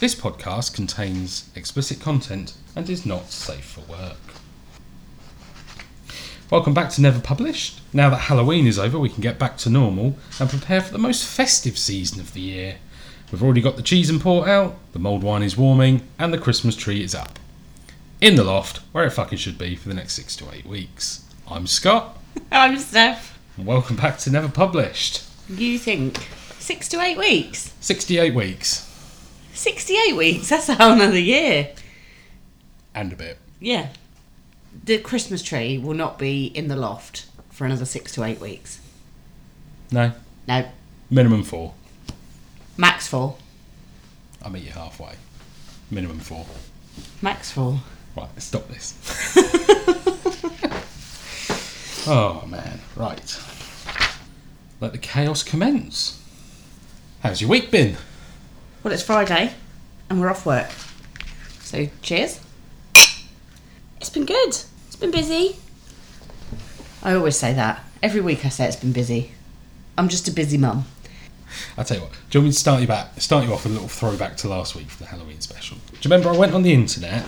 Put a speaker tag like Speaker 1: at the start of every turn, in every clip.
Speaker 1: This podcast contains explicit content and is not safe for work. Welcome back to Never Published. Now that Halloween is over, we can get back to normal and prepare for the most festive season of the year. We've already got the cheese and port out, the mulled wine is warming, and the Christmas tree is up. In the loft, where it fucking should be for the next six to eight weeks. I'm Scott,
Speaker 2: Oh, I'm uh, Steph.
Speaker 1: and welcome back to Never Published.
Speaker 2: You think six to eight weeks?
Speaker 1: 68 weeks
Speaker 2: Sixty-eight weeks. That's a whole another year.
Speaker 1: and a bit.
Speaker 2: Yeah. The Christmas tree will not be in the loft for another six to eight weeks.
Speaker 1: No,
Speaker 2: No,
Speaker 1: minimum four.
Speaker 2: max four.
Speaker 1: I'll meet you halfway. Minimum four.
Speaker 2: Max four.
Speaker 1: Right, let's stop this. oh man, right. Let the chaos commence. How's your week been?
Speaker 2: Well, it's Friday, and we're off work. So cheers.
Speaker 3: It's been good. It's been busy.
Speaker 2: I always say that. Every week I say it's been busy. I'm just a busy mum.
Speaker 1: I tell you what. Do you want me to start you back? Start you off with a little throwback to last week for the Halloween special. Do you remember I went on the internet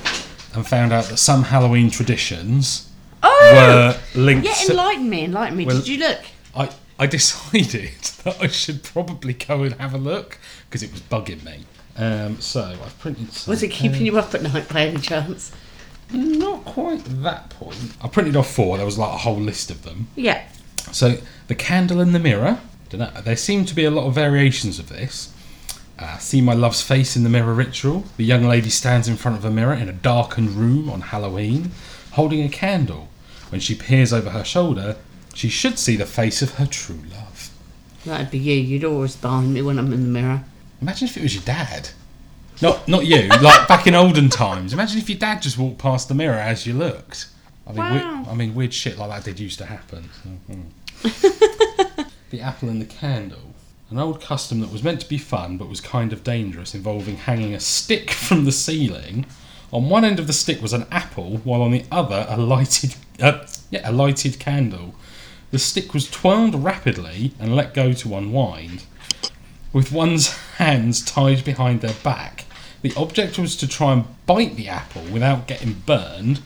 Speaker 1: and found out that some Halloween traditions were linked.
Speaker 2: Oh! yeah.
Speaker 1: to-
Speaker 2: Enlighten me. Enlighten me.
Speaker 1: Well-
Speaker 2: Did you look?
Speaker 1: I I decided that I should probably go and have a look because it was bugging me. Um, so I've printed. Some
Speaker 2: Was it keeping you up at night by any chance?
Speaker 1: Not quite that point. I printed off four. There was like a whole list of them.
Speaker 2: Yeah.
Speaker 1: So the candle and the mirror. Dunno, there seem to be a lot of variations of this. Uh, see my love's face in the mirror ritual. The young lady stands in front of a mirror in a darkened room on Halloween, holding a candle. When she peers over her shoulder, she should see the face of her true love.
Speaker 2: That'd be you. You'd always behind me when I'm in the mirror.
Speaker 1: Imagine if it was your dad. Not not you. like back in olden times. Imagine if your dad just walked past the mirror as you looked. I mean,
Speaker 2: Wow.
Speaker 1: weird, I mean, weird shit like that did used to happen. so, mm. the apple and the candle. An old custom that was meant to be fun but was kind of dangerous, involving hanging a stick from the ceiling. On one end of the stick was an apple, while on the other a lighted, uh, yeah, a lighted candle. The stick was twirled rapidly and let go to unwind. With one's hands tied behind their back, the object was to try and bite the apple without getting burned.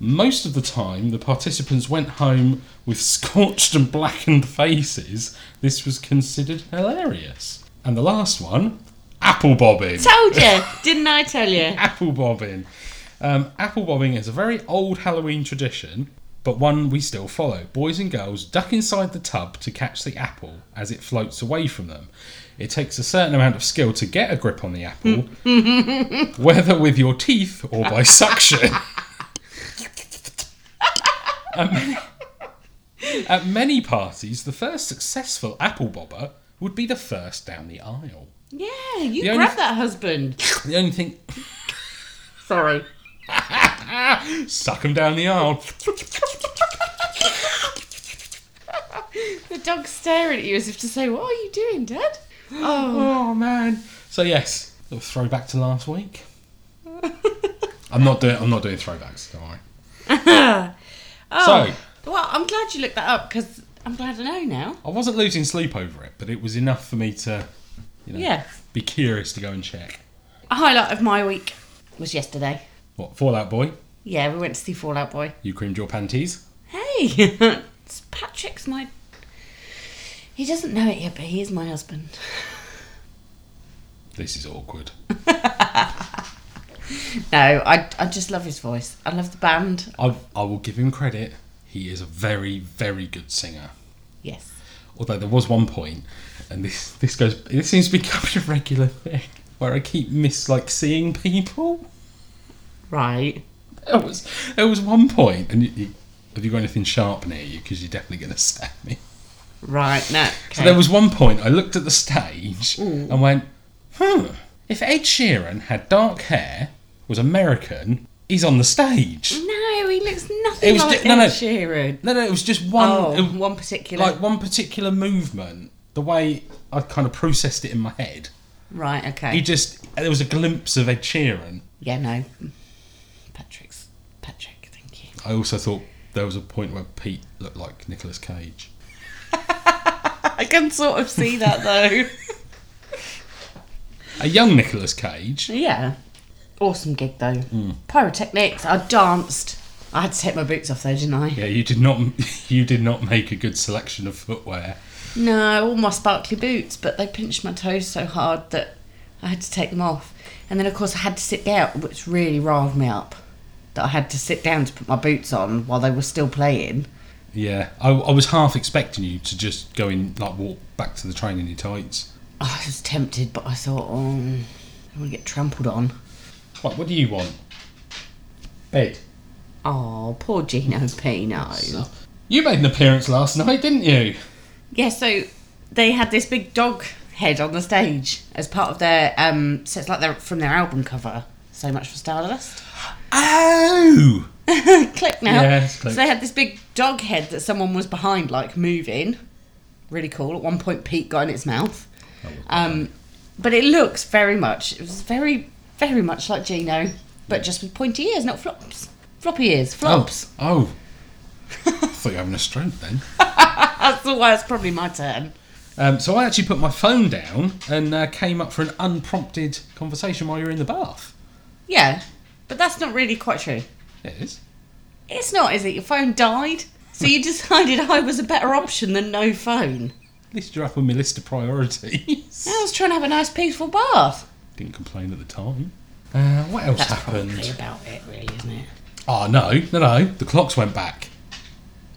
Speaker 1: Most of the time, the participants went home with scorched and blackened faces. This was considered hilarious. And the last one apple bobbing.
Speaker 2: Told you, didn't I tell you?
Speaker 1: apple bobbing. Um, apple bobbing is a very old Halloween tradition, but one we still follow. Boys and girls duck inside the tub to catch the apple as it floats away from them. It takes a certain amount of skill to get a grip on the apple, whether with your teeth or by suction. At many- at many parties, the first successful apple bobber would be the first down the aisle.
Speaker 2: Yeah, you
Speaker 1: The
Speaker 2: grabbed
Speaker 1: only-
Speaker 2: that husband.
Speaker 1: The only thing
Speaker 2: Sorry.
Speaker 1: Suck them down the aisle.
Speaker 2: The dog's staring at you as if to say, What are you doing, Dad? Oh.
Speaker 1: Oh man. So yes, little throwback to last week. I'm not doing. I'm not doing throwbacks. Don't worry. So
Speaker 2: Well, I'm glad you looked that up because I'm glad I know now.
Speaker 1: I wasn't losing sleep over it, but it was enough for me to, you know,
Speaker 2: Yeah.
Speaker 1: be curious to go and check.
Speaker 2: A highlight of my week was yesterday.
Speaker 1: What Fallout Boy?
Speaker 2: Yeah, we went to see Fallout Boy.
Speaker 1: You creamed your panties.
Speaker 2: Hey, it's Patrick's my. He doesn't know it yet, but he is my husband.
Speaker 1: This is awkward.
Speaker 2: No, I, I just love his voice. I love the band.
Speaker 1: I I will give him credit. He is a very very good singer.
Speaker 2: Yes.
Speaker 1: Although there was one point, and this this goes this seems to be becoming a regular thing where I keep miss like seeing people.
Speaker 2: Right.
Speaker 1: There was there was one point, and you, you- have you got anything sharp near you? Because you're definitely going to stab me.
Speaker 2: Right. No.
Speaker 1: So there was one point I looked at the stage
Speaker 2: Mm.
Speaker 1: and went, "Hmm, if Ed Sheeran had dark hair, was American, he's on the stage."
Speaker 2: No, he looks nothing
Speaker 1: It was
Speaker 2: like
Speaker 1: di- no,
Speaker 2: Ed
Speaker 1: no.
Speaker 2: Sheeran.
Speaker 1: No, no, it was just one,
Speaker 2: Oh,
Speaker 1: it was
Speaker 2: one particular.
Speaker 1: like one particular movement. The way I kind of processed it in my head,
Speaker 2: right. Okay.
Speaker 1: he just there was a glimpse of Ed Sheeran.
Speaker 2: yeah. No. Patrick's Patrick. Thank you.
Speaker 1: I also thought there was a point where Pete looked like Nicolas Cage.
Speaker 2: I can sort of see that though.
Speaker 1: a young Nicolas Cage.
Speaker 2: Yeah. Awesome gig though.
Speaker 1: Hmm.
Speaker 2: Pyrotechnics. I danced. I had to take my boots off though, didn't I?
Speaker 1: Yeah, you did not. You did not make a good selection of footwear.
Speaker 2: No, all my sparkly boots, but they pinched my toes so hard that I had to take them off. And then of course I had to sit down, which really riled me up. That I had to sit down to put my boots on while they were still playing.
Speaker 1: Yeah, I, I was half expecting you to just go in, like walk back to the train in your tights.
Speaker 2: I was tempted, but I thought, oh, I don't want to get trampled on.
Speaker 1: Like, what do you want? Bed.
Speaker 2: Oh, poor Gino Pino.
Speaker 1: You made an appearance last night, didn't you?
Speaker 2: Yeah, so they had this big dog head on the stage as part of their um so it's like they're from their album cover. So much for Stardust.
Speaker 1: Oh.
Speaker 2: click now.
Speaker 1: Yeah, it's clicked.
Speaker 2: So they had this big dog head that someone was behind, like moving. Really cool. At one point Pete got in its mouth. Um but it looks very much it was very, very much like Gino, but just with pointy ears, not flops. Floppy ears, flops.
Speaker 1: Oh. oh. I thought you were having a stroke then.
Speaker 2: That's why it's probably my turn.
Speaker 1: Um, so I actually put my phone down and uh, came up for an unprompted conversation while you were in the bath.
Speaker 2: Yeah, but that's not really quite true.
Speaker 1: There it is.
Speaker 2: It's not, is it? Your phone died, so you decided I was a better option than no phone.
Speaker 1: At least you're up on my list of priorities.
Speaker 2: I was trying to have a nice, peaceful bath.
Speaker 1: Didn't complain at the time. Uh, what else
Speaker 2: That's probably
Speaker 1: happened?
Speaker 2: about it, really, isn't it?
Speaker 1: Oh no, no, no! The clocks went back.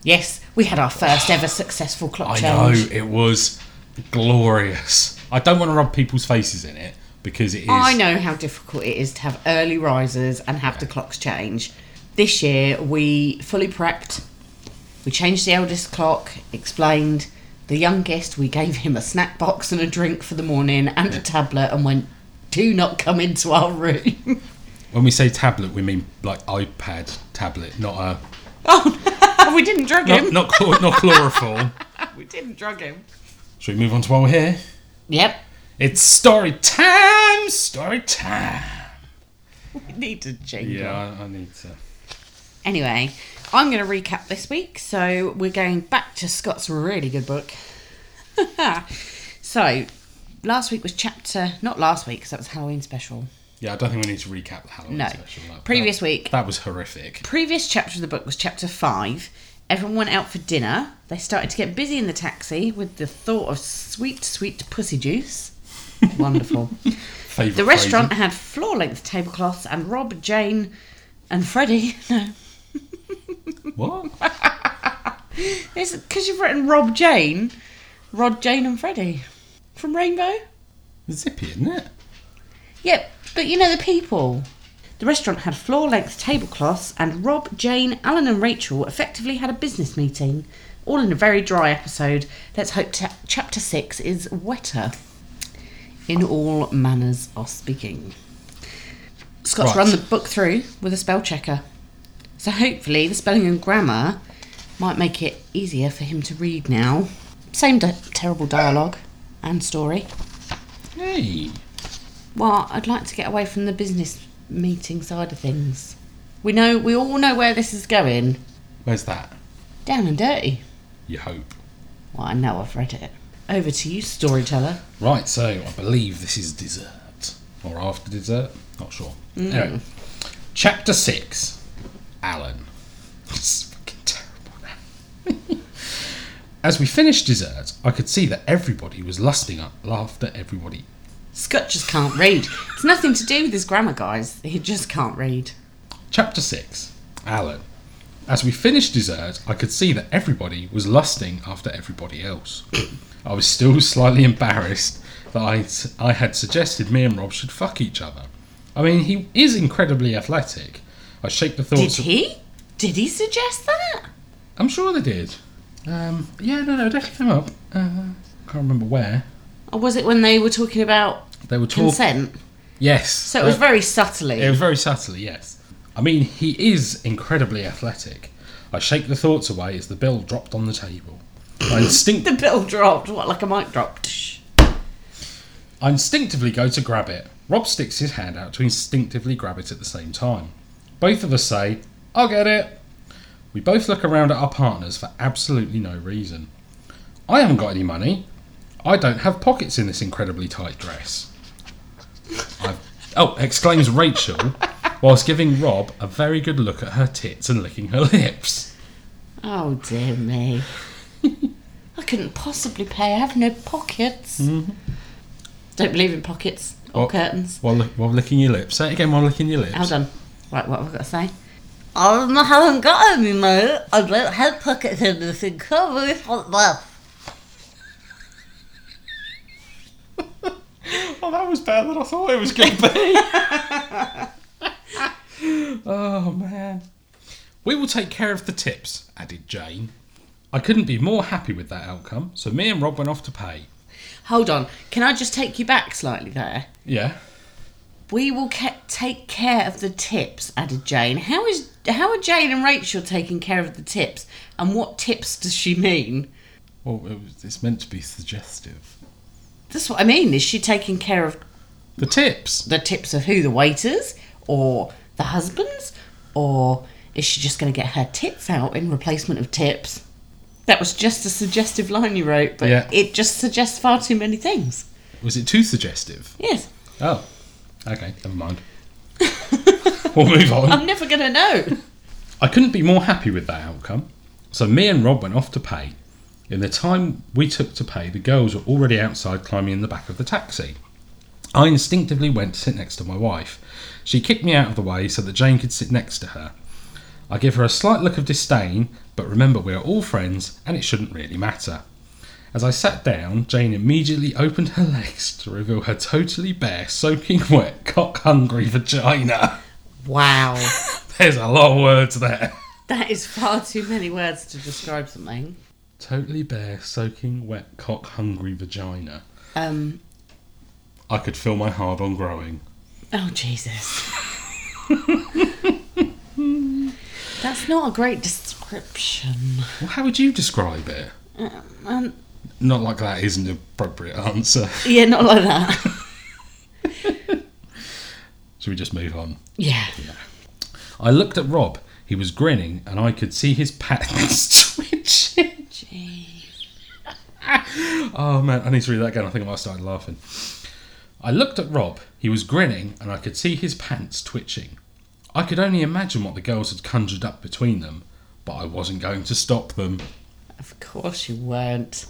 Speaker 2: Yes, we had our first ever successful clock
Speaker 1: I know
Speaker 2: change.
Speaker 1: it was glorious. I don't want to rub people's faces in it because it is.
Speaker 2: I know how difficult it is to have early risers and have the clocks change. This year, we fully prepped. We changed the eldest clock, explained. The youngest, we gave him a snack box and a drink for the morning and a tablet and went, do not come into our room.
Speaker 1: When we say tablet, we mean like iPad tablet, not a
Speaker 2: oh, we didn't drug
Speaker 1: not
Speaker 2: him.
Speaker 1: not, chlor- not chloroform.
Speaker 2: We didn't drug him.
Speaker 1: Should we move on to while we're here?
Speaker 2: Yep.
Speaker 1: It's story time. Story time.
Speaker 2: We need to change it.
Speaker 1: Yeah, I, I need to.
Speaker 2: Anyway, I'm going to recap this week. So we're going back to Scott's really good book. so last week was chapter, not last week because that was Halloween special.
Speaker 1: Yeah, I don't think we need to recap the Halloween
Speaker 2: No.
Speaker 1: special. That-
Speaker 2: Previous
Speaker 1: that-
Speaker 2: week.
Speaker 1: That was horrific.
Speaker 2: Previous chapter of the book was chapter five. Everyone went out for dinner. They started to get busy in the taxi with the thought of sweet, sweet pussy juice. Wonderful.
Speaker 1: Favorite
Speaker 2: The restaurant had floor length tablecloths, and Rob, Jane, and Freddie. No,
Speaker 1: What?
Speaker 2: it's because you've written Rob, Jane, Rod, Jane, and Freddie from Rainbow.
Speaker 1: Zippy, isn't it?
Speaker 2: Yep, but you know the people. The restaurant had floor length tablecloths, and Rob, Jane, Alan, and Rachel effectively had a business meeting, all in a very dry episode. Let's hope ta- chapter 6 is wetter. In all manners of speaking. Scott's
Speaker 1: Right.
Speaker 2: run the book through with a spell checker. So hopefully the spelling and grammar might make it easier for him to read now. Same di- terrible dialogue and story.
Speaker 1: Hey.
Speaker 2: Well, I'd like to get away from the business meeting side of things. We know we all know where this is going.
Speaker 1: Where's that?
Speaker 2: Down and dirty.
Speaker 1: You hope.
Speaker 2: Well, I know I've read it. Over to you, storyteller.
Speaker 1: Right, so I believe this is dessert. Or after dessert? Not sure. Anyway, chapter 6 Alan. It's fucking terrible name. As we finished dessert, I could see that everybody was lusting up after everybody.
Speaker 2: Scott just can't read. It's nothing to do with his grammar, guys. He just can't read.
Speaker 1: Chapter 6 Alan. As we finished dessert, I could see that everybody was lusting after everybody else. I was still slightly embarrassed that I, I had suggested me and Rob should fuck each other. I mean, he is incredibly athletic. I shake the
Speaker 2: Did
Speaker 1: thoughts.
Speaker 2: he? Did he suggest that?
Speaker 1: I'm sure they did. Um, yeah, no, no, definitely came up. Uh, can't remember where
Speaker 2: Or was it when they were talking about
Speaker 1: they were talking.
Speaker 2: consent?
Speaker 1: Yes.
Speaker 2: So it was
Speaker 1: Uh,
Speaker 2: very subtly.
Speaker 1: It was very subtly, yes. I mean, he is incredibly athletic. I shake the thoughts away as the bill dropped on the table. I, instinct-
Speaker 2: the bill dropped. What, like a mic drop? Tsh.
Speaker 1: I instinctively go to grab it. Rob sticks his hand out to instinctively grab it at the same time. Both of us say, I'll get it. We both look around at our partners for absolutely no reason. I haven't got any money. I don't have pockets in this incredibly tight dress. I've, oh, exclaims Rachel, whilst giving Rob a very good look at her tits and licking her lips.
Speaker 2: Oh dear me. I couldn't possibly pay. I have no pockets. Don't believe in pockets or
Speaker 1: What?
Speaker 2: curtains.
Speaker 1: While, li- while licking your lips. Say it again while licking your lips.
Speaker 2: Hold on. Right, what have I got to say? Oh, I haven't got any, mate. I don't have pockets in this income.
Speaker 1: Oh, that was better than I thought it was going to be. oh, man. We will take care of the tips, added Jane. I couldn't be more happy with that outcome, so me and Rob went off to pay.
Speaker 2: Hold on. Can I just take you back slightly there?
Speaker 1: Yeah.
Speaker 2: We will ca- take care of the tips, added Jane. How is how are Jane and Rachel taking care of the tips? And what tips does she mean?
Speaker 1: Well, it was, it's meant to be suggestive.
Speaker 2: That's what I mean. Is she taking care of
Speaker 1: The tips.
Speaker 2: the tips of who the waiters or the husbands, or is she just going to get her tits out in replacement of tips? That was just a suggestive line you wrote, but
Speaker 1: Yeah.
Speaker 2: it just suggests far too many things.
Speaker 1: Was it too suggestive?
Speaker 2: Yes,
Speaker 1: Oh. Okay, never mind. we'll move on.
Speaker 2: I'm never going to know.
Speaker 1: I couldn't be more happy with that outcome, so me and Rob went off to pay. In the time we took to pay, the girls were already outside climbing in the back of the taxi. I instinctively went to sit next to my wife. She kicked me out of the way so that Jane could sit next to her. I give her a slight look of disdain, but remember we are all friends and it shouldn't really matter. As I sat down, Jane immediately opened her legs to reveal her totally bare, soaking wet, cock hungry vagina.
Speaker 2: wow,
Speaker 1: There's a lot of words there.
Speaker 2: that is far too many words to describe something.
Speaker 1: Totally bare, soaking wet, cock hungry vagina.
Speaker 2: Um,
Speaker 1: I could feel my hard on growing.
Speaker 2: oh Jesus, that's not a great description.
Speaker 1: Well, how would you describe it?
Speaker 2: Um,
Speaker 1: Not like that is an appropriate answer.
Speaker 2: yeah, not like that.
Speaker 1: Should we just move on?
Speaker 2: Yeah.
Speaker 1: I looked at Rob. He was grinning, and I could see his pants twitching.
Speaker 2: Gee.
Speaker 1: Oh man, I need to read that again. I think I might have started laughing. I looked at Rob. He was grinning, and I could see his pants twitching. I could only imagine what the girls had conjured up between them, but I wasn't going to stop them.
Speaker 2: Of course you weren't.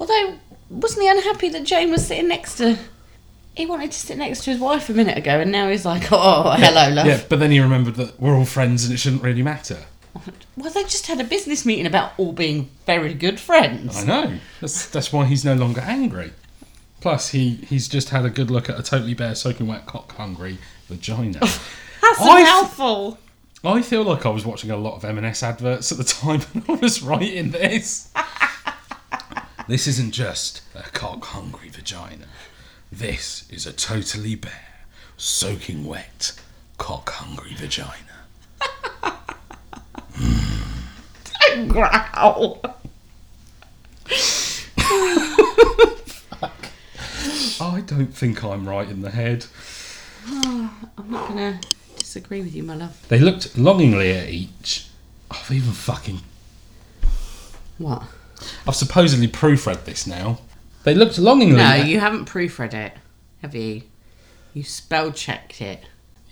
Speaker 2: Although, wasn't he unhappy that Jane was sitting next to? He wanted to sit next to his wife a minute ago, and now he's like, "Oh, hello, love."
Speaker 1: Yeah, but then he remembered that we're all friends and it shouldn't really matter.
Speaker 2: Well, they just had a business meeting about all being very good friends.
Speaker 1: I know. That's that's why he's no longer angry. Plus, he he's just had a good look at a totally bare, soaking wet, cock hungry vagina.
Speaker 2: That's a
Speaker 1: I th-
Speaker 2: mouthful.
Speaker 1: I feel like I was watching a lot of M&S adverts at the time when I was writing this. this isn't just a cock hungry vagina. This is a totally bare, soaking wet, cock hungry vagina.
Speaker 2: Growl.
Speaker 1: I don't think I'm right in the head.
Speaker 2: I'm not gonna disagree with you, my love.
Speaker 1: They looked longingly at each. I've even fucking.
Speaker 2: What?
Speaker 1: I've supposedly proofread this now. They looked longingly.
Speaker 2: No,
Speaker 1: at-
Speaker 2: you haven't proofread it, have you? You spell checked it.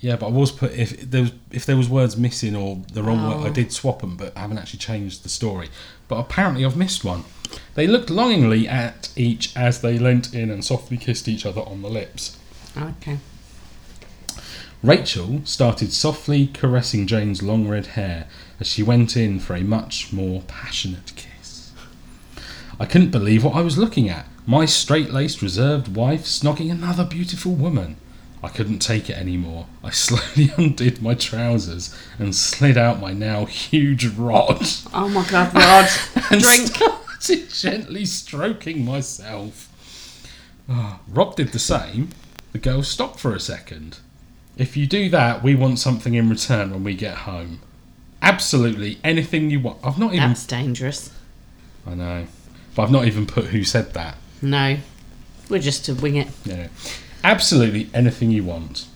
Speaker 1: Yeah, but I was put if there was if there was words missing or the wrong
Speaker 2: Oh.
Speaker 1: word, I did swap them, but I haven't actually changed the story. But apparently, I've missed one. They looked longingly at each as they leant in and softly kissed each other on the lips.
Speaker 2: Okay.
Speaker 1: Rachel started softly caressing Jane's long red hair as she went in for a much more passionate kiss. I couldn't believe what I was looking at. My straight laced, reserved wife snogging another beautiful woman. I couldn't take it anymore. I slowly undid my trousers and slid out my now huge rod
Speaker 2: Oh my God, Rod.
Speaker 1: and
Speaker 2: Drink.
Speaker 1: started gently stroking myself. Ah, Rob did the same. The girl stopped for a second. If you do that, we want something in return when we get home. Absolutely anything you want. I've not even.
Speaker 2: That's dangerous.
Speaker 1: I know, but I've not even put who said that.
Speaker 2: No, we're just to wing it.
Speaker 1: Yeah. Absolutely anything you want.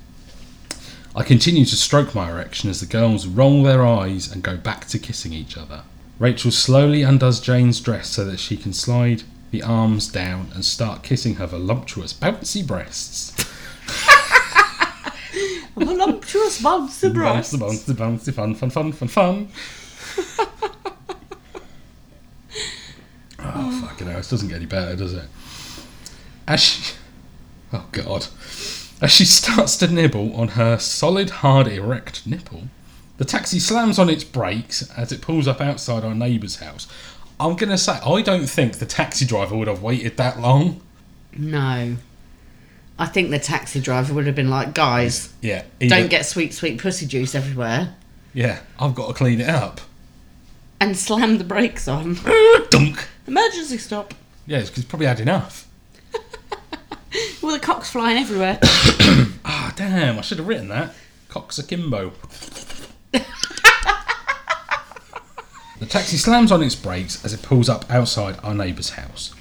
Speaker 1: I continue to stroke my erection as the girls roll their eyes and go back to kissing each other. Rachel slowly undoes Jane's dress so that she can slide the arms down and start kissing her voluptuous, bouncy breasts.
Speaker 3: voluptuous bouncy breasts.
Speaker 1: Bouncy, bouncy, bouncy, fun, fun, fun, fun, fun. oh, fucking hell. This doesn't get any better, does it? As she... Oh, God. As she starts to nibble on her solid, hard, erect nipple, the taxi slams on its brakes as it pulls up outside our neighbour's house. I'm going to say, I don't think the taxi driver would have waited that long.
Speaker 2: No. I think the taxi driver would have been like, guys,
Speaker 1: Yeah.
Speaker 2: don't
Speaker 1: either-
Speaker 2: get sweet, sweet pussy juice everywhere.
Speaker 1: Yeah, I've got to clean it up.
Speaker 2: And slam the brakes on.
Speaker 1: Dunk.
Speaker 2: Emergency stop.
Speaker 1: Yeah, it's 'cause it's probably had enough.
Speaker 3: All the cocks flying everywhere.
Speaker 1: Ah, damn, I should have written that. Cox akimbo. the taxi slams on its brakes as it pulls up outside our neighbour's house.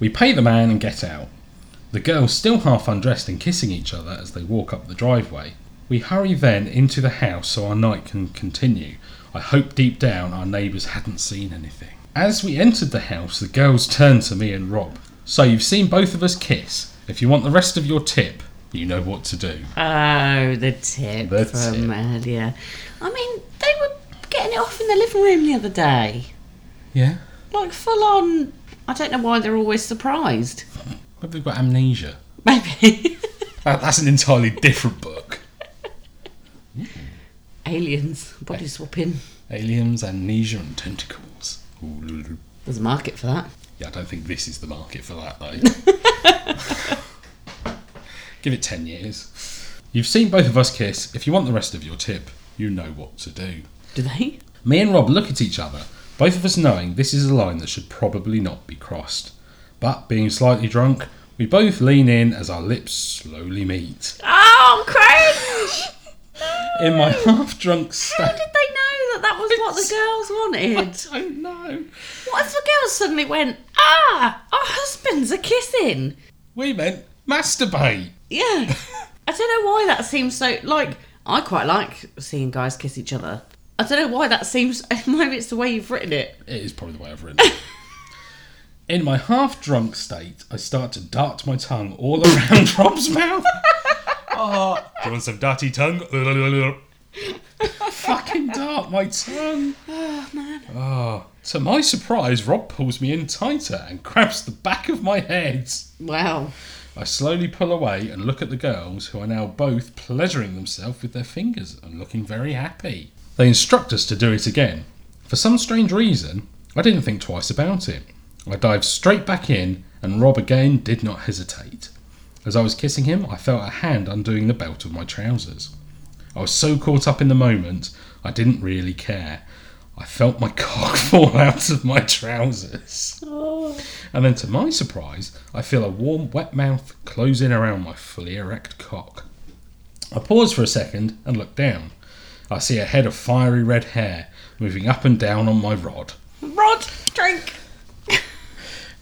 Speaker 1: We pay the man and get out. The girls, still half undressed and kissing each other as they walk up the driveway. We hurry then into the house so our night can continue. I hope deep down our neighbours hadn't seen anything. As we entered the house, the girls turned to me and Rob. So you've seen both of us kiss. If you want the rest of your tip, you know what to do.
Speaker 2: Oh, the tip
Speaker 1: The
Speaker 2: from
Speaker 1: tip.
Speaker 2: earlier. I mean, they were getting it off in the living room the other day.
Speaker 1: Yeah?
Speaker 2: Like, full on. I don't know why they're always surprised.
Speaker 1: Maybe they've got amnesia.
Speaker 2: Maybe.
Speaker 1: That, that's an entirely different book.
Speaker 2: Aliens, body swapping.
Speaker 1: Aliens, amnesia, and tentacles. Ooh, loo, loo.
Speaker 2: There's a market for that.
Speaker 1: Yeah, I don't think this is the market for that, though. Give it 10 years. You've seen both of us kiss. If you want the rest of your tip, you know what to do.
Speaker 2: Do they?
Speaker 1: Me and Rob look at each other, both of us knowing this is a line that should probably not be crossed. But being slightly drunk, we both lean in as our lips slowly meet.
Speaker 3: Oh, cringe!
Speaker 1: In my half drunk
Speaker 3: How
Speaker 1: state.
Speaker 3: did they know that that was what the girls
Speaker 2: I
Speaker 3: wanted?
Speaker 1: oh
Speaker 2: don't know.
Speaker 3: What if the girls suddenly went, ah, our husbands are kissing?
Speaker 1: We meant masturbate.
Speaker 2: Yeah.
Speaker 3: I don't know why that seems so like
Speaker 2: I quite like seeing guys kiss each other. I don't know why that seems. Maybe it's the way you've written it.
Speaker 1: It is probably the way I've written it. In my half drunk state, I start to dart my tongue all around Rob's mouth. Oh, do you want some darty tongue? Fucking dart my tongue. Oh, man. to my surprise, Rob pulls me in tighter and grabs the back of my head.
Speaker 2: Wow.
Speaker 1: I slowly pull away and look at the girls, who are now both pleasuring themselves with their fingers and looking very happy. They instruct us to do it again. For some strange reason, I didn't think twice about it. I dived straight back in, and Rob again did not hesitate. As I was kissing him, I felt a hand undoing the belt of my trousers. I was so caught up in the moment, I didn't really care. I felt my cock fall out of my trousers. And then to my surprise, I feel a warm, wet mouth closing around my fully erect cock. I pause for a second and look down. I see a head of fiery red hair moving up and down on my rod.
Speaker 3: Rod, drink.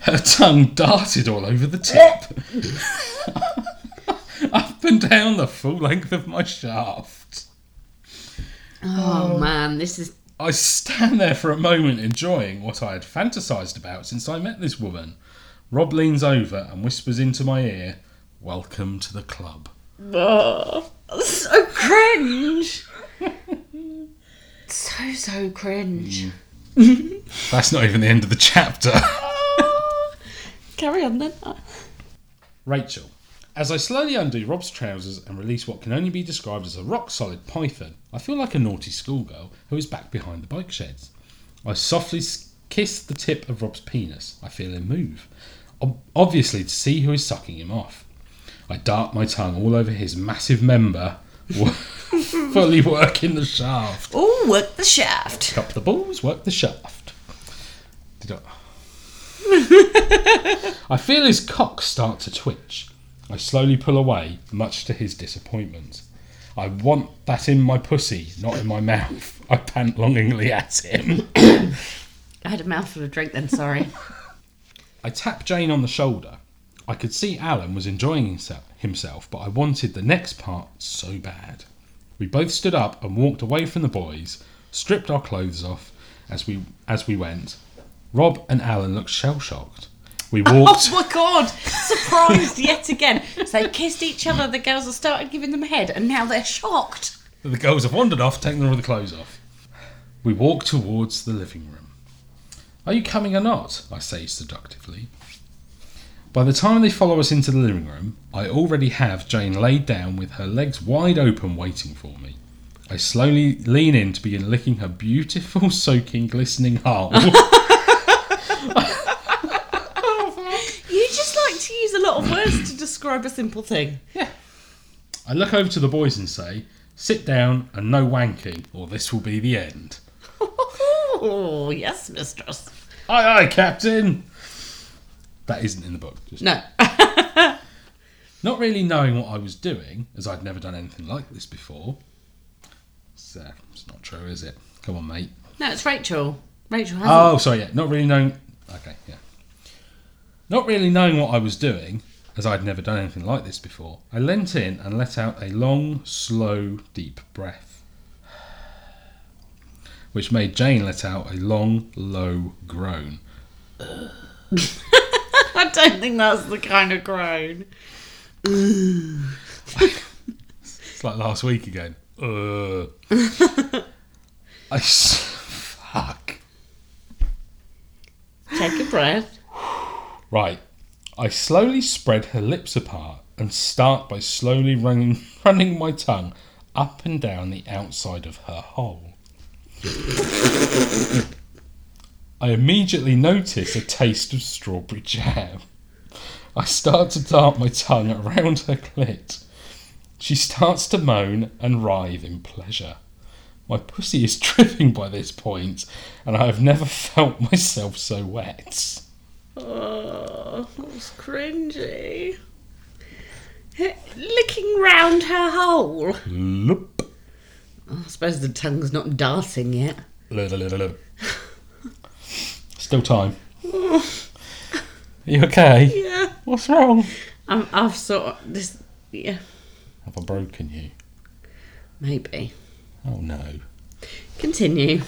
Speaker 1: Her tongue darted all over the tip, up and down the full length of my shaft.
Speaker 2: Oh, man, this is.
Speaker 1: I stand there for a moment enjoying what I had fantasized about since I met this woman. Rob leans over and whispers into my ear, Welcome to the club.
Speaker 3: Oh, so cringe.
Speaker 2: So, so cringe.
Speaker 1: That's not even the end of the chapter.
Speaker 3: Mm. Carry on then.
Speaker 1: Rachel. As I slowly undo Rob's trousers and release what can only be described as a rock solid python, I feel like a naughty schoolgirl who is back behind the bike sheds. I softly s- kiss the tip of Rob's penis. I feel him move, ob- obviously to see who is sucking him off. I dart my tongue all over his massive member, wo- fully working the shaft.
Speaker 3: Oh, work the shaft.
Speaker 1: Up the balls, work the shaft. Did I? I feel his cock start to twitch. I slowly pull away, much to his disappointment. I want that in my pussy, not in my mouth. I pant longingly at him.
Speaker 2: I had a mouthful of drink then, sorry.
Speaker 1: I tap Jane on the shoulder. I could see Alan was enjoying himself, himself, but I wanted the next part so bad. We both stood up and walked away from the boys, stripped our clothes off as we as we went. Rob and Alan looked shell shocked. We walked.
Speaker 2: Oh my god! Surprised yet again. So they kissed each other. The girls have started giving them head, and now they're shocked.
Speaker 1: The girls have wandered off, taking all the clothes off. We walk towards the living room. Are you coming or not? I say seductively. By the time they follow us into the living room, I already have Jane laid down with her legs wide open waiting for me. I slowly lean in to begin licking her beautiful, soaking, glistening hole.
Speaker 2: You just like to use a lot of words to describe a simple thing.
Speaker 1: I look over to the boys and say, Sit down and no wanking, or this will be the end.
Speaker 2: Oh yes, mistress.
Speaker 1: Aye, aye, Captain! That isn't in the book. Just
Speaker 2: No.
Speaker 1: Not really knowing what I was doing, as I'd never done anything like this before. So, it's not true, is it? Come on, mate.
Speaker 2: No, it's Rachel. Rachel hasn't.
Speaker 1: Oh, sorry, yeah. Not really knowing. Okay, yeah. Not really knowing what I was doing, as I'd never done anything like this before, I leant in and let out a long, slow, deep breath. Which made Jane let out a long, low groan.
Speaker 2: I don't think that's the kind of groan.
Speaker 1: It's like last week again. Ugh. I s- fuck.
Speaker 2: Take a breath.
Speaker 1: Right. I slowly spread her lips apart and start by slowly running, running my tongue up and down the outside of her hole. I immediately notice a taste of strawberry jam. I start to dart my tongue around her clit. She starts to moan and writhe in pleasure. My pussy is dripping by this point, and I have never felt myself so wet.
Speaker 2: Oh, that's cringy. Licking round her hole.
Speaker 1: Loop.
Speaker 2: I suppose the tongue's not darting yet.
Speaker 1: Look, look, look, look. Still time. Are you okay?
Speaker 2: Yeah.
Speaker 1: What's wrong?
Speaker 2: I'm, I've sort of this. Yeah,
Speaker 1: Have I broken you?
Speaker 2: maybe.
Speaker 1: Oh no.
Speaker 2: Continue.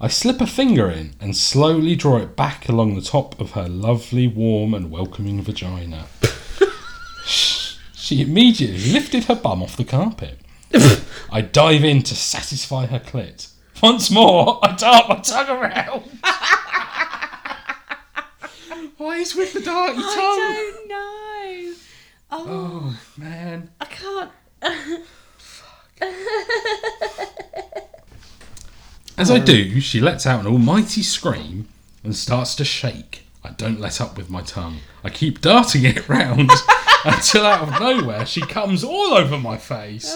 Speaker 1: I slip a finger in and slowly draw it back along the top of her lovely, warm, and welcoming vagina. she immediately lifted her bum off the carpet. I dive in to satisfy her clit. Once more, I dart my tongue around. Why is with the darty tongue?
Speaker 2: don't know.
Speaker 1: Oh man.
Speaker 2: I can't.
Speaker 1: As I do, she lets out an almighty scream and starts to shake. I don't let up with my tongue. I keep darting it round until out of nowhere she comes all over my face.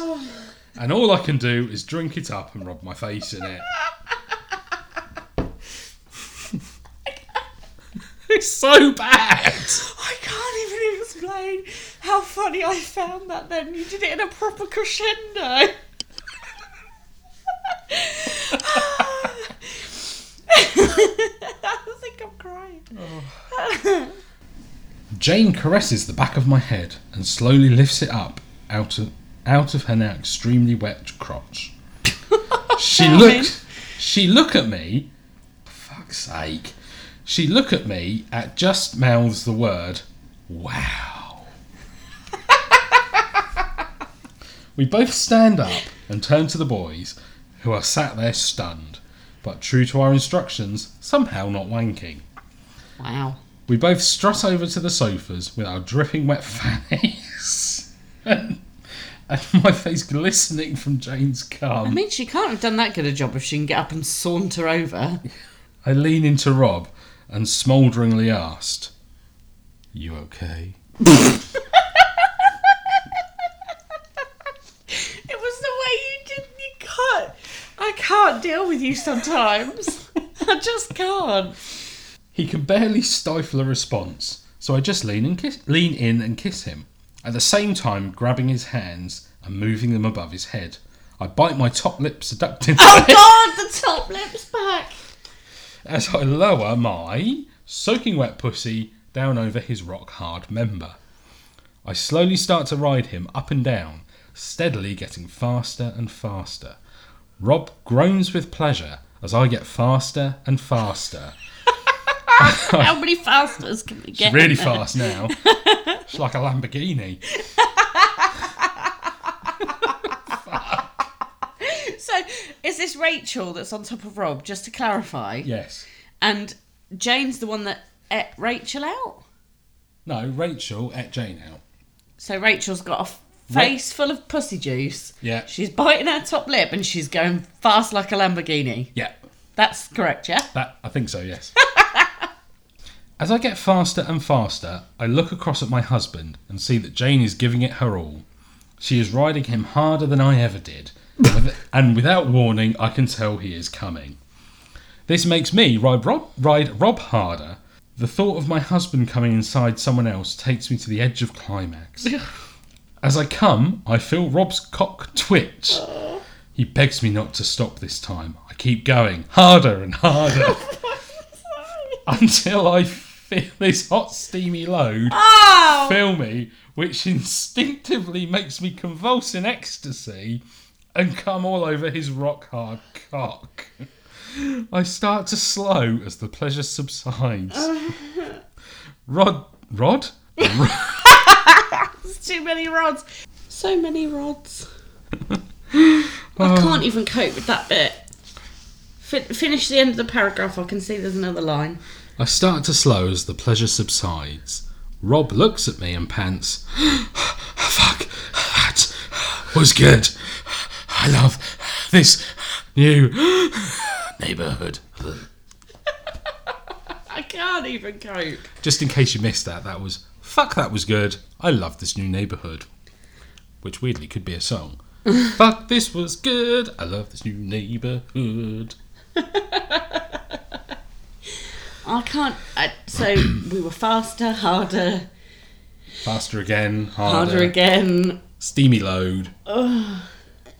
Speaker 1: And all I can do is drink it up and rub my face in it. it's so bad.
Speaker 3: I can't even explain how funny I found that then. You did it in a proper crescendo. I think I'm crying.
Speaker 1: Jane caresses the back of my head and slowly lifts it up out of out of her now extremely wet crotch. she looked she look at me fuck's sake. She look at me at just mouths the word wow. we both stand up and turn to the boys, who are sat there stunned, but true to our instructions, somehow not wanking.
Speaker 2: Wow.
Speaker 1: We both strut over to the sofas with our dripping wet fannies and, and my face glistening from Jane's
Speaker 2: I
Speaker 1: cum.
Speaker 2: mean, she can't have done that good a job if she can get up and saunter over.
Speaker 1: I lean into Rob and smoulderingly asked, You okay?
Speaker 3: It was the way you did. You can't. I can't deal with you sometimes. I just can't.
Speaker 1: He can barely stifle a response, so I just lean, and kiss, lean in and kiss him, at the same time grabbing his hands and moving them above his head. I bite my top lip seductively.
Speaker 3: Oh, God, the top lips back.
Speaker 1: as I lower my soaking wet pussy down over his rock hard member. I slowly start to ride him up and down, steadily getting faster and faster. Rob groans with pleasure as I get faster and faster.
Speaker 2: How many fasteners can we get?
Speaker 1: It's really fast now. It's like a Lamborghini.
Speaker 2: So, is this Rachel that's on top of Rob? Just to clarify.
Speaker 1: Yes.
Speaker 2: And Jane's the one that ate Rachel out.
Speaker 1: No, Rachel at Jane out.
Speaker 2: So Rachel's got a f- face full of pussy juice.
Speaker 1: Yeah.
Speaker 2: She's biting her top lip and she's going fast like a Lamborghini.
Speaker 1: Yeah,
Speaker 2: That's correct, yeah?
Speaker 1: that I think so. Yes. As I get faster and faster, I look across at my husband and see that Jane is giving it her all. She is riding him harder than I ever did, with- and without warning, I can tell he is coming. This makes me ride Rob, ride Rob harder. The thought of my husband coming inside someone else takes me to the edge of climax. As I come, I feel Rob's cock twitch. He begs me not to stop this time. I keep going harder and harder until I feel this hot, steamy load
Speaker 2: Oh!
Speaker 1: fill me, which instinctively makes me convulse in ecstasy and come all over his rock hard cock. I start to slow as the pleasure subsides. Rod, Rod,
Speaker 2: It's too many rods. So many rods.
Speaker 1: Oh.
Speaker 2: I can't even cope with that bit. Fin- finish the end of the paragraph. I can see there's another line.
Speaker 1: I start to slow as the pleasure subsides. Rob looks at me and pants, Fuck, that was good. I love this new neighbourhood.
Speaker 2: I can't even cope.
Speaker 1: Just in case you missed that, that was Fuck, that was good. I love this new neighbourhood. Which weirdly could be a song. Fuck, this was good. I love this new neighbourhood.
Speaker 2: I can't. I, so we were faster, harder,
Speaker 1: Faster again, harder,
Speaker 2: harder again.
Speaker 1: steamy load.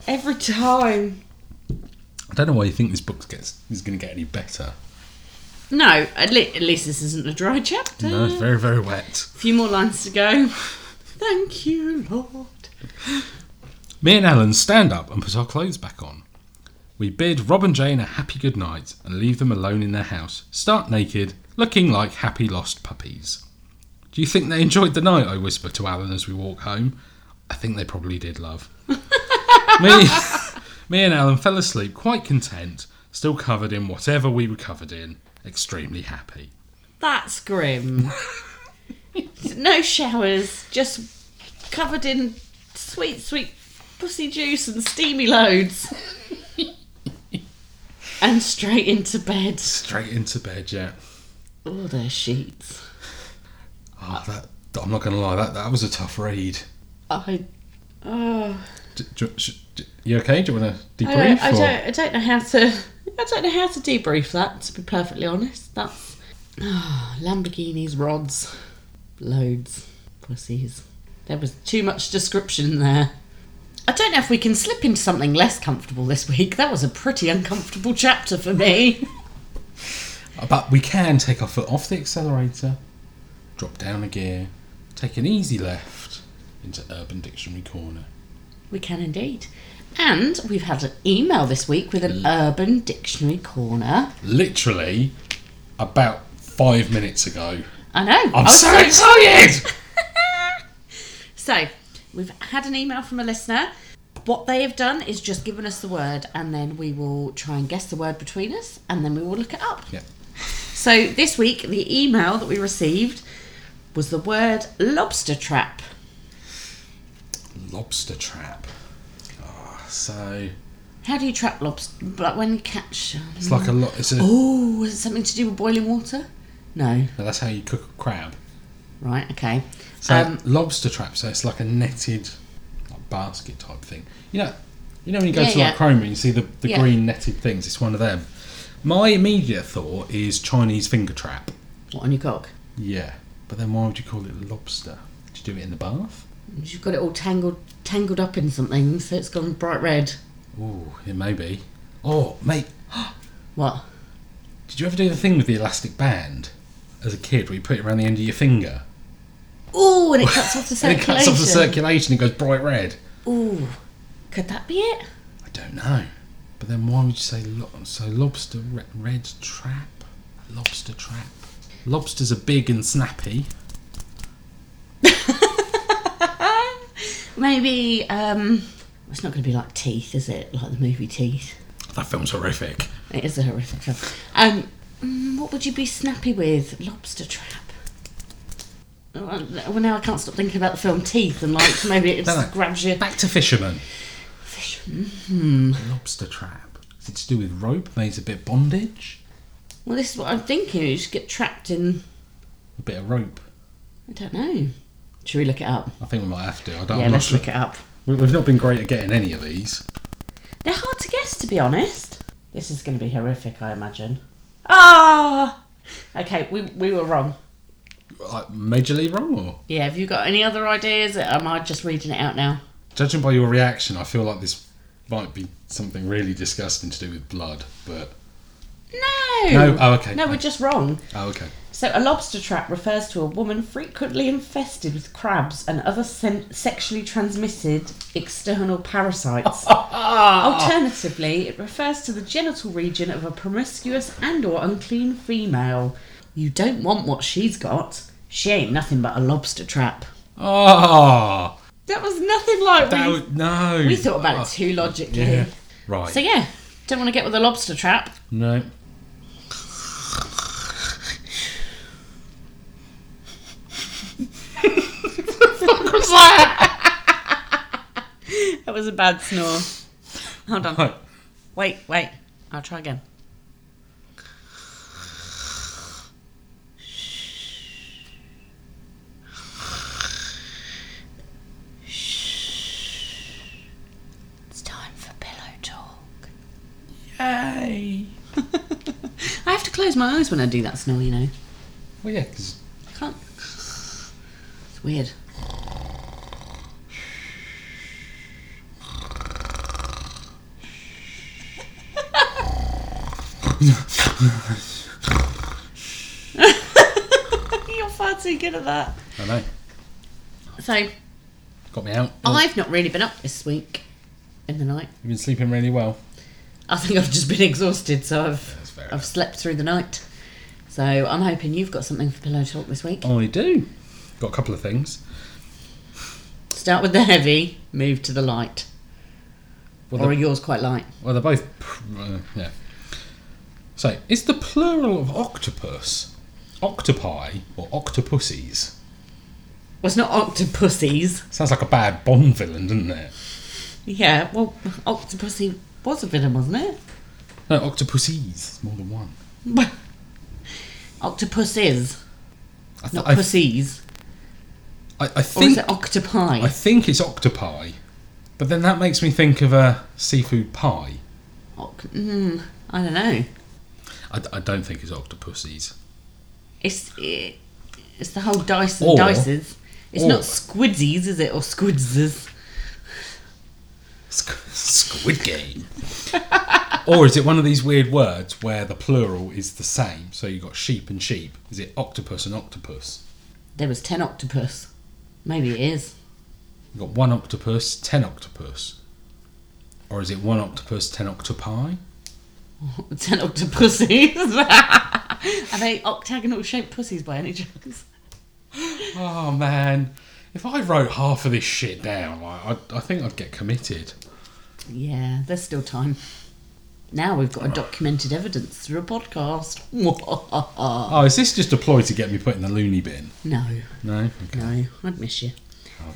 Speaker 2: Every time.
Speaker 1: I don't know why you think this book gets is going to get any better.
Speaker 2: No, at, le- at least this isn't a dry chapter.
Speaker 1: No, it's very, very wet.
Speaker 2: A few more lines to go. Thank you, Lord.
Speaker 1: Me and Alan stand up and put our clothes back on. We bid Rob and Jane a happy good night and leave them alone in their house, stark naked, looking like happy lost puppies. Do you think they enjoyed the night? I whisper to Alan as we walk home. I think they probably did, love. me, me and Alan fell asleep quite content, still covered in whatever we were covered in, extremely happy.
Speaker 2: That's grim. no showers, just covered in sweet, sweet pussy juice and steamy loads. and straight into bed.
Speaker 1: Straight into bed, yeah.
Speaker 2: Oh, their sheets.
Speaker 1: Ah, that, I'm not going to lie, that, that was a tough read.
Speaker 2: I. Oh.
Speaker 1: D- do- sh- d- you okay? Do you want to
Speaker 2: I don't,
Speaker 1: debrief?
Speaker 2: I
Speaker 1: or-
Speaker 2: don't. I don't know how to. I don't know how to debrief that. To be perfectly honest, that's Ah, Lamborghinis, rods, loads, pussies. There was too much description there. I don't know if we can slip into something less comfortable this week. That was a pretty uncomfortable chapter for me.
Speaker 1: Uh, But we can take our foot off the accelerator, drop down a gear, take an easy left into Urban Dictionary Corner.
Speaker 2: We can indeed. And we've had an email this week with an
Speaker 1: Mm.
Speaker 2: urban dictionary corner.
Speaker 1: Literally, about five minutes ago.
Speaker 2: I know. Oh,
Speaker 1: I'm
Speaker 2: was
Speaker 1: so excited!
Speaker 2: So, we've had an email from a listener. What they have done is just given us the word, and then we will try and guess the word between us, and then we will look it up.
Speaker 1: yeah.
Speaker 2: So, this week, the email that we received was the word lobster trap.
Speaker 1: Lobster trap. Ah, so
Speaker 2: How do you trap lobster? But when you catch.
Speaker 1: it's like a lot. It's a.
Speaker 2: Oh, was it something to do with boiling water? No.
Speaker 1: no, that's how you cook a crab.
Speaker 2: Right, okay.
Speaker 1: So
Speaker 2: Um,
Speaker 1: lobster trap. So it's like a netted like basket type thing. You know, you know when you go
Speaker 2: Yeah,
Speaker 1: to
Speaker 2: yeah.
Speaker 1: like Chroma, you see the, the
Speaker 2: Yeah.
Speaker 1: green netted things. It's one of them. My immediate thought is Chinese finger trap.
Speaker 2: What on your cock?
Speaker 1: Yeah, but then why would you call it lobster? Did you do it in the bath?
Speaker 2: You've got it all tangled, tangled up in something, so it's gone bright red.
Speaker 1: Ooh, it may be. Oh, mate,
Speaker 2: What?
Speaker 1: did you ever do the thing with the elastic band as a kid where you put it around the end of your finger
Speaker 2: Oh, and it cuts off the
Speaker 1: and
Speaker 2: circulation.
Speaker 1: it cuts off the circulation? It goes bright red.
Speaker 2: Ooh, could that be it?
Speaker 1: I don't know. But then why would you say lo- so lobster re- red trap? Lobster trap. Lobsters are big and snappy.
Speaker 2: Maybe um, it's not going to be like Teeth, is it? Like the movie Teeth.
Speaker 1: That film's horrific.
Speaker 2: It is a horrific film. Um, mm, what would you be snappy with? Lobster trap. Oh, Well, now I can't stop thinking about the film Teeth and like maybe it
Speaker 1: Dunno.
Speaker 2: just grabs you.
Speaker 1: Back to fishermen.
Speaker 2: Fish.
Speaker 1: Lobster trap. Is it to do with rope? Maybe it's a bit of bondage?
Speaker 2: Well, this is what I'm thinking. You just get trapped in.
Speaker 1: A bit of rope.
Speaker 2: I don't know. Should we look it up?
Speaker 1: I think we might have to. I don't
Speaker 2: yeah,
Speaker 1: I'm not
Speaker 2: let's
Speaker 1: sure.
Speaker 2: look it up.
Speaker 1: We- We've not been great at getting any of these.
Speaker 2: They're hard to guess, to be honest. This is going to be horrific, I imagine. Ah! Okay, we, we were wrong.
Speaker 1: Like, majorly wrong, or?
Speaker 2: Yeah, have you got any other ideas? Am I just reading it out now?
Speaker 1: Judging by your reaction, I feel like this might be something really disgusting to do with blood, but.
Speaker 2: No!
Speaker 1: No, oh, okay.
Speaker 2: No, we're just wrong.
Speaker 1: Oh, okay.
Speaker 2: So, a lobster trap refers to a woman frequently infested with crabs and other sen- sexually transmitted external parasites. Ah! Alternatively, it refers to the genital region of a promiscuous and/or unclean female. You don't want what she's got. She ain't nothing but a lobster trap.
Speaker 1: Oh!
Speaker 2: That was nothing like
Speaker 1: That
Speaker 2: we,
Speaker 1: was, no!
Speaker 2: we thought about
Speaker 1: Oh,
Speaker 2: it too logically.
Speaker 1: Yeah. Right.
Speaker 2: So yeah, don't want to get with a lobster trap.
Speaker 1: No.
Speaker 2: That was a bad snore. Hold on.
Speaker 1: Right.
Speaker 2: Wait, wait. I'll try again. It's time for pillow talk.
Speaker 1: Yay!
Speaker 2: I have to close my eyes when I do that snore, you know.
Speaker 1: Well, yeah, because
Speaker 2: I can't. It's weird.
Speaker 3: You're far too good at that.
Speaker 1: I know.
Speaker 2: So,
Speaker 1: Got me out.
Speaker 3: Oh.
Speaker 2: I've not really been up this week in the night.
Speaker 1: You've been sleeping really well.
Speaker 2: I think I've just been exhausted, so I've
Speaker 1: That's fair.
Speaker 2: I've slept through the night. So I'm hoping you've got something for pillow talk this week.
Speaker 1: I do. Got a couple of things.
Speaker 2: Start with the heavy, move to the light.
Speaker 1: Well,
Speaker 2: or are
Speaker 1: they're,
Speaker 2: yours quite light?
Speaker 1: well, they're both. pr- Uh, yeah. So, is the plural of octopus octopi or octopuses?
Speaker 2: Well, it's not octopussies.
Speaker 1: Sounds like a bad Bond villain, doesn't it?
Speaker 2: Yeah, well, octopussy was a villain, wasn't
Speaker 1: No, octopuses. More than one.
Speaker 2: it? Octopuses,
Speaker 1: I, th-
Speaker 2: not
Speaker 1: I,
Speaker 2: pussies.
Speaker 1: I, I
Speaker 2: Or is
Speaker 1: think
Speaker 2: it octopi?
Speaker 1: I think it's octopi, but then that makes me think of a seafood pie.
Speaker 2: Oc- mm, I don't know.
Speaker 1: I, I don't think it's octopuses.
Speaker 2: It's it, it's the whole Dyson
Speaker 1: Or-
Speaker 2: Dices. It's
Speaker 1: or-
Speaker 2: not squidsies, is it? Or squidses.
Speaker 1: Squ- Squid Game. or is it one of these weird words where the plural is the same? So you've got sheep and sheep. Is it octopus and octopus?
Speaker 2: There was ten octopus. Maybe it is.
Speaker 1: You've got one octopus, ten octopus. Or is it one octopus, ten octopi?
Speaker 2: Ten octopussies. Are they octagonal shaped pussies by any chance?
Speaker 1: Oh man. If I wrote half of this shit down, I, I, I think I'd get committed.
Speaker 2: Yeah, there's still time. Now we've got a documented evidence through a podcast. no,
Speaker 1: Oh, is this just a ploy to get me put in the loony bin? No? Okay.
Speaker 2: no, I'd miss you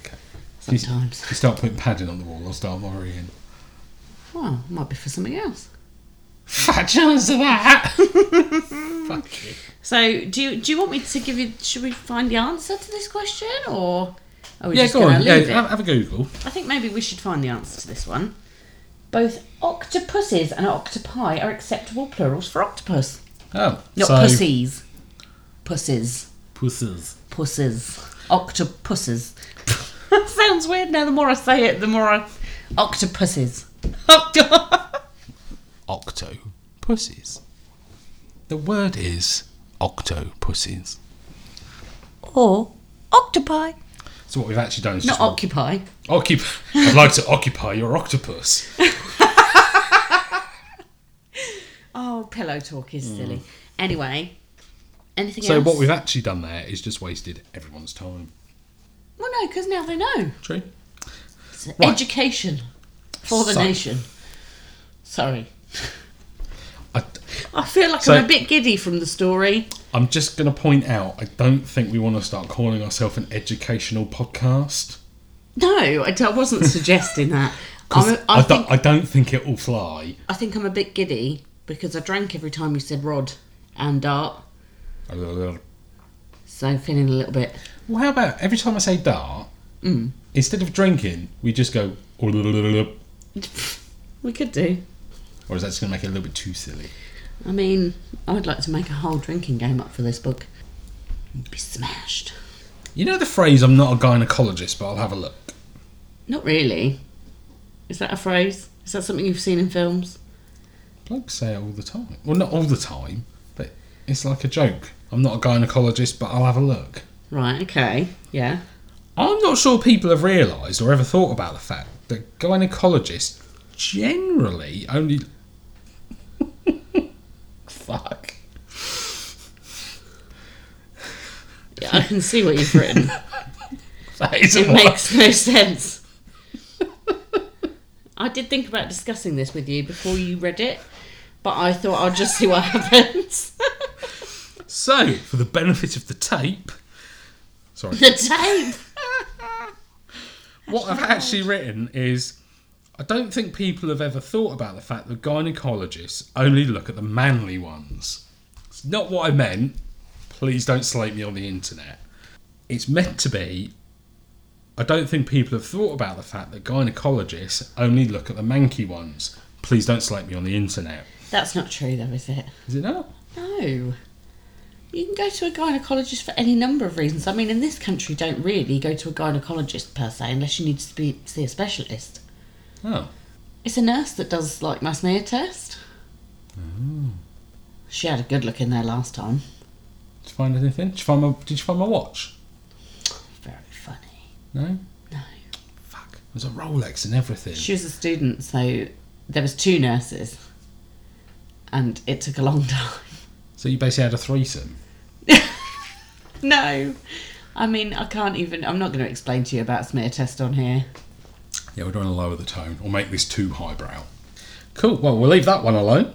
Speaker 1: okay. If you-
Speaker 2: sometimes.
Speaker 1: If you start putting padding on the wall, I'll start worrying.
Speaker 2: Well, might be for something else.
Speaker 1: Fat chance of
Speaker 2: "Ah."
Speaker 1: that! Fuck you.
Speaker 2: So, do you do you want me to give you? Should we find the answer to this question, or are we
Speaker 1: Yeah,
Speaker 2: just
Speaker 1: go
Speaker 2: going
Speaker 1: on.
Speaker 2: to
Speaker 1: Yeah,
Speaker 2: leave it?
Speaker 1: have, have a Google.
Speaker 2: I think maybe we should find the answer to this one. Both octopuses and octopi are acceptable plurals for octopus.
Speaker 1: Oh,
Speaker 2: Not
Speaker 1: so-
Speaker 2: pussies. Pusses.
Speaker 1: Pusses.
Speaker 2: Pusses. Octopuses. Sounds weird now. The more I say it, the more I. Octopuses. Octo-
Speaker 1: Octo pussies. The word is octo pussies.
Speaker 2: or octopi.
Speaker 1: So what we've actually done is
Speaker 2: Not
Speaker 1: just
Speaker 2: occupy.
Speaker 1: occup- I'd like to occupy your octopus.
Speaker 2: Hmm. Oh, pillow talk is silly. Anyway, Anything
Speaker 1: So
Speaker 2: else?
Speaker 1: what we've actually done there is just wasted everyone's time.
Speaker 2: Well, no, because now they know.
Speaker 1: True.
Speaker 2: It's
Speaker 1: Right.
Speaker 2: Education for the
Speaker 1: So-
Speaker 2: nation. Sorry.
Speaker 1: I,
Speaker 2: I feel like
Speaker 1: So-
Speaker 2: I'm a bit giddy from the story.
Speaker 1: I'm just going to point out, I don't think we want to start calling ourselves an educational podcast.
Speaker 2: No, I, d- I wasn't suggesting that. I'm
Speaker 1: 'Cause
Speaker 2: a, I,
Speaker 1: I,
Speaker 2: think,
Speaker 1: don't, I don't think it will fly.
Speaker 2: I think I'm a bit giddy because I drank every time you said Rod and Dart.
Speaker 1: Well,
Speaker 2: So feeling a little bit.
Speaker 1: how about every time I say dart,
Speaker 2: Mm.
Speaker 1: instead of drinking, we just go, or is
Speaker 2: We could do.
Speaker 1: that just going to make it a little bit too silly?
Speaker 2: I mean, I would like to make a whole drinking game up for this book. It'd be smashed.
Speaker 1: You know the phrase, I'm not a gynecologist, but I'll have a look.
Speaker 2: Not really. Is that a phrase? Is that something you've seen in films?
Speaker 1: Blokes say it all the time. Well, not all the time, but it's like a joke. I'm not a gynecologist, but I'll have a look.
Speaker 2: Right, okay. Yeah.
Speaker 1: I'm not sure people have realised or ever thought about the fact that gynecologists generally only. Fuck.
Speaker 2: Yeah, I can see what you've written.
Speaker 1: That isn't
Speaker 2: it
Speaker 1: what.
Speaker 2: makes no sense. I did think about discussing this with you before you read it, but I thought I'll just see what happens.
Speaker 1: So, for the benefit of the tape. Sorry.
Speaker 2: the tape.
Speaker 1: what I've actually written is I don't think people have ever thought about the fact that gynecologists only look at the manly ones. It's not what I meant. Please don't slate me on the internet. It's meant to be. I don't think people have thought about the fact that gynecologists only look at the manky ones. Please don't slate me on the internet.
Speaker 2: That's not true, though, is it?
Speaker 1: Is it not?
Speaker 2: No. You can go to a gynecologist for any number of reasons. I mean, in this country, don't really go to a gynecologist per se unless you need to be, see a specialist.
Speaker 1: Oh.
Speaker 2: It's a nurse that does like my smear test. She had a good look in there last time.
Speaker 1: Did you find anything? Did you find my, did you find my watch?
Speaker 2: Very funny.
Speaker 1: No?
Speaker 2: No.
Speaker 1: Fuck. There's a Rolex and everything.
Speaker 2: She was a student, so there was two nurses, and it took a long time.
Speaker 1: So you basically had a threesome.
Speaker 2: No, I mean I can't even. I'm not going to explain to you about smear test on here.
Speaker 1: Yeah, we don't want to lower the tone or make this too highbrow. Cool. Well, we'll leave that one alone.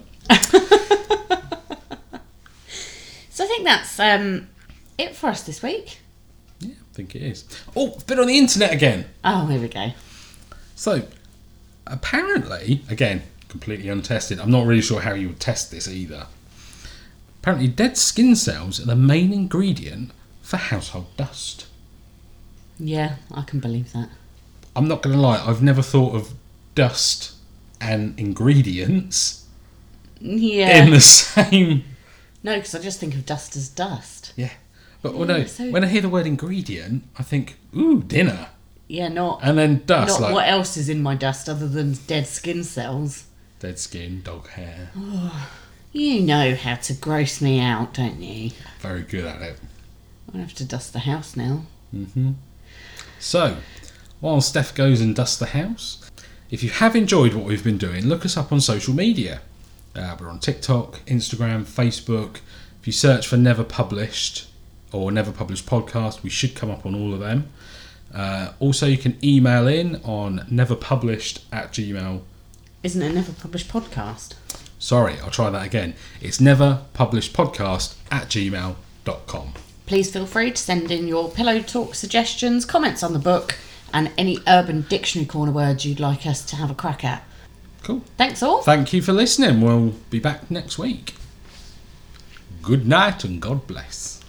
Speaker 2: So I think that's um it for us this week.
Speaker 1: Yeah, I think it is. Oh, a bit on the internet again.
Speaker 2: Oh, here we go.
Speaker 1: So, apparently, again, completely untested. I'm not really sure how you would test this either. Apparently, dead skin cells are the main ingredient for household dust.
Speaker 2: Yeah, I can believe that.
Speaker 1: I'm not going to lie, I've never thought of dust and ingredients
Speaker 2: Yeah.
Speaker 1: in the same.
Speaker 2: No, because I just think of dust as dust.
Speaker 1: Yeah. But well, no,
Speaker 2: Yeah, so-
Speaker 1: when I hear the word ingredient, I think, ooh, dinner.
Speaker 2: Yeah, not
Speaker 1: And then dust.
Speaker 2: not
Speaker 1: like,
Speaker 2: what else is in my dust other than dead skin cells.
Speaker 1: Dead skin, dog hair.
Speaker 2: You know how to gross me out, don't you?
Speaker 1: Very good at it.
Speaker 2: I have to dust the house now.
Speaker 1: So, while Steph goes and dusts the house, if you have enjoyed what we've been doing, look us up on social media. Uh, we're on TikTok, Instagram, Facebook. If you search for Never Published or Never Published Podcast, we should come up on all of them. Uh, also, you can email in on neverpublished at gmail.
Speaker 2: Isn't it never published podcast?
Speaker 1: Sorry, I'll try that again. It's neverpublishedpodcast at gmail.com.
Speaker 2: Please feel free to send in your pillow talk suggestions, comments on the book, and any urban dictionary corner words you'd like us to have a crack at.
Speaker 1: Cool.
Speaker 2: Thanks all.
Speaker 1: Thank you for listening. We'll be back next week. Good night and God bless.